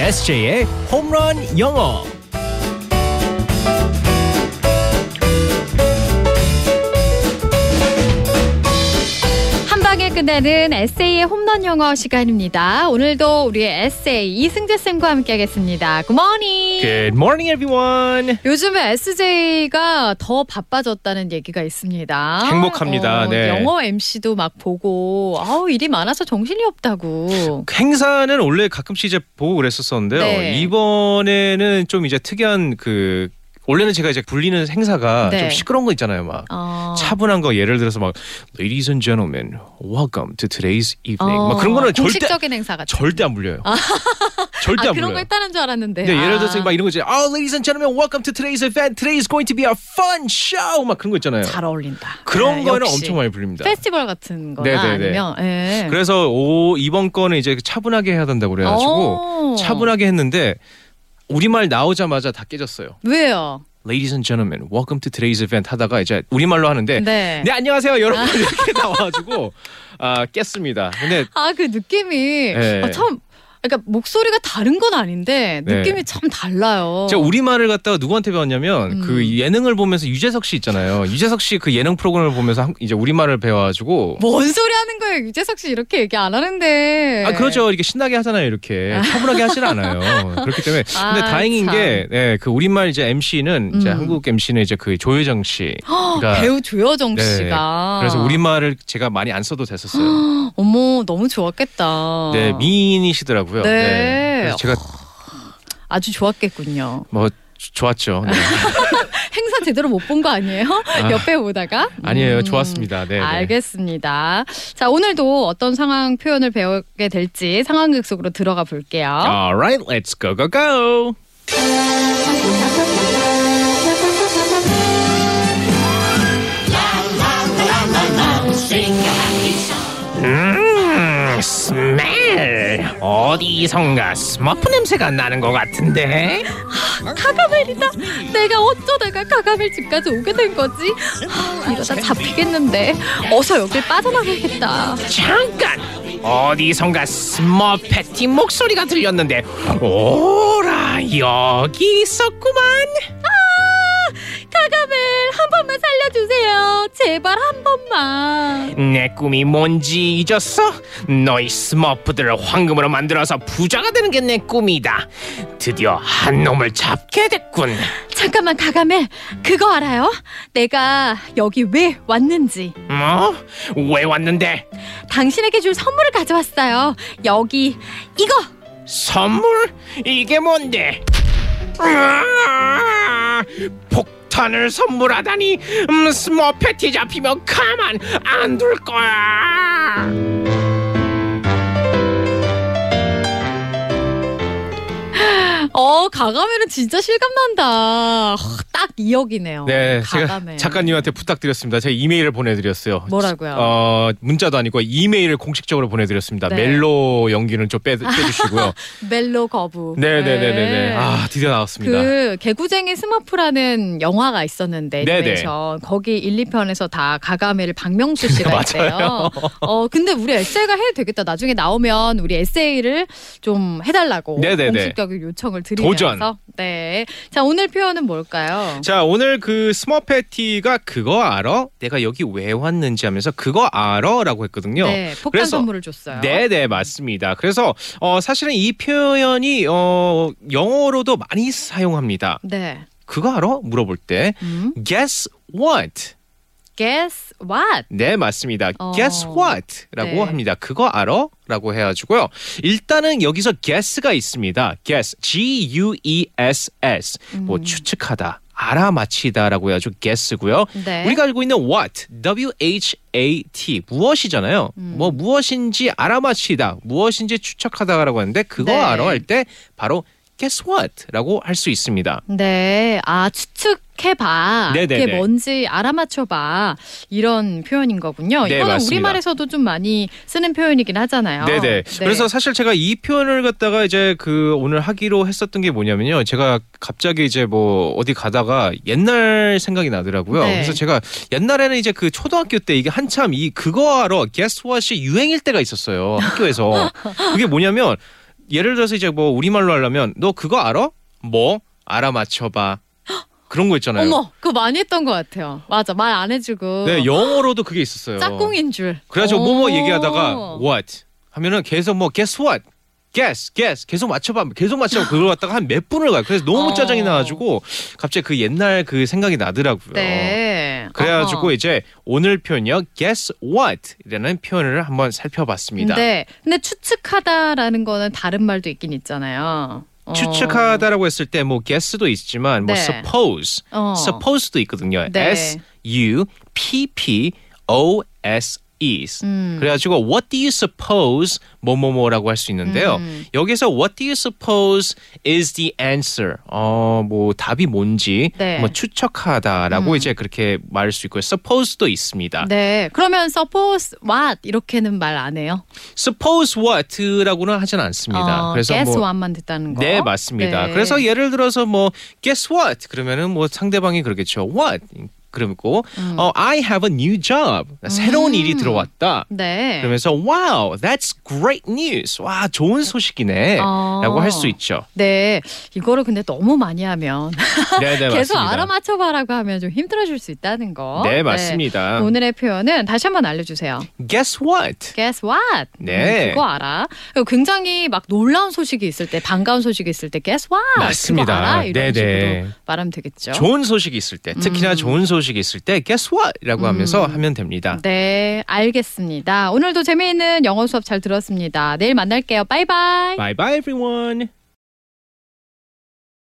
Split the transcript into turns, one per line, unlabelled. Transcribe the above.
SJ의 홈런 영어.
한 방에 끝내는 에세이의 홈런 영어 시간입니다. 오늘도 우리의 에세이 이승재 쌤과 함께하겠습니다. 굿모닝.
Good morning, everyone.
요즘에 SJ가 더 바빠졌다는 얘기가 있습니다.
행복합니다. 네.
영어 MC도 막 보고 아우 일이 많아서 정신이 없다고.
행사는 원래 가끔씩 이제 보고 그랬었었는데요.
네.
이번에는 좀 이제 특이한 그 원래는 제가 이제 불리는 행사가
네.
좀 시끄러운 거 있잖아요, 막.
어.
차분한 거 예를 들어서 막 Ladies and gentlemen, welcome to today's evening.
어,
막 네. 뭐 그런 거는 절대
공식적인 행사 같은.
절대 안 불려요. 절대
아
안
그런 거
불려요.
했다는 줄 알았는데.
근데 예를
아.
들어서 막 이런 거 있지. Oh, ladies and gentlemen, welcome to today's event. Today is going to be a fun show. 막 그런 거 있잖아요.
잘 어울린다.
그런
네,
거는
역시.
엄청 많이 불립니다.
페스티벌 같은 거나
네네네.
아니면 예.
그래서 오, 이번 거는 이제 차분하게 해야 된다고 그래가지고
오.
차분하게 했는데 우리말 나오자마자 다 깨졌어요.
왜요?
Ladies and gentlemen, welcome to today's event 하다가 이제 우리말로 하는데
네.
네, 안녕하세요 여러분 이렇게 나와가지고 아, 깼습니다. 근데
아 그 느낌이
네.
아, 참 그러니까 목소리가 다른 건 아닌데
네.
느낌이 참 달라요.
제가 우리말을 갖다가 누구한테 배웠냐면
어. 음.
그 예능을 보면서 유재석 씨 있잖아요. 유재석 씨 그 예능 프로그램을 보면서 한- 이제 우리말을 배워가지고
뭔 소리 하는 거예요? 유재석 씨 이렇게 얘기 안 하는데.
아 그렇죠 이렇게 신나게 하잖아요 이렇게 차분하게 하질 않아요 그렇기 때문에
아,
근데 다행인
참.
게그 우리말 이제 MC는 이제
음. 아.
한국 MC는 이제 그 조효정 씨
헉,
그러니까-
배우 조여정
네.
씨가.
그래서 우리말을 제가 많이 안 써도 됐었어요
어머 너무 좋았겠다.
네 미인이시더라고요
아. 네.
그래서 제가
아주 좋았겠군요.
뭐 좋았죠 네.
행사 제대로 못 본 거 아니에요? 옆에 보다가?
아니에요
음.
좋았습니다 네, 네.
알겠습니다. 자, 오늘도 어떤 상황 표현을 배우게 될지 상황극 속으로 들어가 볼게요.
Alright let's go go go
음, 스멜 어디선가 스머프 냄새가 나는 것 같은데
가가멜이다. 내가 어쩌다가 가가멜 집까지 오게 된 거지? 하, 이러다 잡히겠는데 어서 여길 빠져나가야겠다. 아,
잠깐 어디선가 스머페티 목소리가 들렸는데 오라 여기 있었구만
가가멜 한 번만 살려주세요. 제발 한 번만.
내 꿈이 뭔지 잊었어? 너희 스머프들을 황금으로 만들어서 부자가 되는 게 내 꿈이다 드디어 한 놈을 잡게 됐군
잠깐만 가가멜 그거 알아요? 내가 여기 왜 왔는지.
뭐? 왜 왔는데?
당신에게 줄 선물을 가져왔어요. 여기 이거
선물? 이게 뭔데? 으아! 폭탄을 선물하다니 음, 스머페티 잡히면 가만 안 둘 거야
어 가가멜은 진짜 실감난다. 허, 딱 2억이네요.
네 제가
어, 가가멜.
작가님한테 부탁드렸습니다 제가 이메일을 보내드렸어요
뭐라고요?
어, 문자도 아니고 이메일을 공식적으로 보내드렸습니다
네.
멜로 연기는 좀 빼, 빼주시고요
멜로 거부.
네네네네네.
네.
아 드디어 나왔습니다.
그 개구쟁이 스머프라는 영화가 있었는데
네네.
애니메이션 거기 1, 2편에서 다 가가멜 박명수 씨가 있대요. 어 근데 우리 에세이가 해도 되겠다. 나중에 나오면 우리 에세이를 좀 해달라고
네네네.
공식적인 요청을 드리면서
도전.
네. 자 오늘 표현은 뭘까요?
자 오늘 그 스머페티가 그거 알아? 내가 여기 왜 왔는지 하면서 그거 알아라고 했거든요.
네, 폭탄
그래서-
선물을 줬어요.
네네 맞습니다. 그래서 어, 사실은 이 표현이 어, 영어로도 많이 사용합니다.
네.
그거 알아? 물어볼 때
음.
guess what?
Guess what?
네 맞습니다.
어,
guess what라고
네.
합니다. 그거 알아?라고 해가지고요. 일단은 여기서 guess가 있습니다. guess, g u e s s
음.
뭐 추측하다, 알아맞히다라고 해가지고 guess고요.
네.
우리가 알고 있는 what, w h a t 무엇이잖아요.
음.
뭐 무엇인지 알아맞히다, 무엇인지 추측하다라고 하는데 그거
네.
알아 할 때 바로 guess what라고 할 수 있습니다.
네. 아, 추측해봐.
네네네.
그게 뭔지 알아맞혀봐. 이런 표현인 거군요.
네,
이거는
맞습니다.
우리말에서도 좀 많이 쓰는 표현이긴 하잖아요.
네네.
네.
그래서 사실 제가 이 표현을 갖다가 이제 그 오늘 하기로 했었던 게 뭐냐면요. 제가 갑자기 이제 뭐 어디 가다가 옛날 생각이 나더라고요.
네.
그래서 제가 옛날에는 이제 그 초등학교 때 이게 한참 이 그거 하러 guess what이 유행일 때가 있었어요. 학교에서. 그게 뭐냐면 예를 들어서 이제 뭐 우리말로 하려면 너 그거 알아? 뭐 알아 맞춰봐 그런 거 있잖아요.
어머, 그거 많이 했던 것 같아요. 맞아, 말 안 해주고.
네 영어로도 그게 있었어요.
짝꿍인 줄.
그래가지고 뭐뭐
오.
얘기하다가 what 하면은 계속 뭐 guess what guess guess 계속 맞춰봐 계속 맞춰봐 그걸 갖다가 한 몇 분을 가요 그래서 너무
어.
짜증이 나가지고 갑자기 그 옛날 그 생각이 나더라고요
네.
그래가지고
어허.
이제 오늘 표현요 guess what 이라는 표현을 한번 살펴봤습니다
근데 네. 근데 추측하다라는 거는 다른 말도 있긴 있잖아요. 어.
추측하다라고 했을 때 뭐 guess도 있지만 뭐
네.
suppose
어.
suppose도 있거든요
네.
s u p p o s e s
음.
그래가지고 what do you suppose 뭐뭐뭐라고 할 수 있는데요.
음.
여기서 what do you suppose is the answer? 어뭐 답이 뭔지
네.
뭐 추측하다라고
음.
이제 그렇게 말할 수 있고요. suppose도 있습니다.
네. 그러면 suppose what 이렇게는 말 안 해요.
suppose what라고는 하진 않습니다.
어,
그래서
guess
뭐
what만 듣다는 거.
네, 맞습니다.
네.
그래서 예를 들어서 뭐 guess what 그러면은 뭐 상대방이 그러겠죠. what 그러고
음.
어 I have a new job. 새로운 일이 들어왔다.
네.
그러면서 wow, that's great news. 와, 좋은 소식이네.
어.
라고 할 수 있죠.
네. 이거를 근데 너무 많이 하면
네, 네,
계속
맞습니다.
알아맞혀봐라고 하면 좀 힘들어질 수 있다는 거.
네, 맞습니다.
네. 오늘의 표현은 다시 한번 알려주세요.
Guess what?
Guess what?
네.
음, 그거 알아. 그리고 굉장히 막 놀라운 소식이 있을 때, 반가운 소식이 있을 때, Guess what?
맞습니다.
그거 알아? 이런
네네.
식으로 말하면 되겠죠.
좋은 소식이 있을 때, 특히나
음.
좋은 소식이 있을 때 Guess what?라고 하면서 하면 됩니다.
네, 알겠습니다. 오늘도 재미있는 영어 수업 잘 들었습니다. 내일 만날게요. 바이바이.
Bye bye everyone.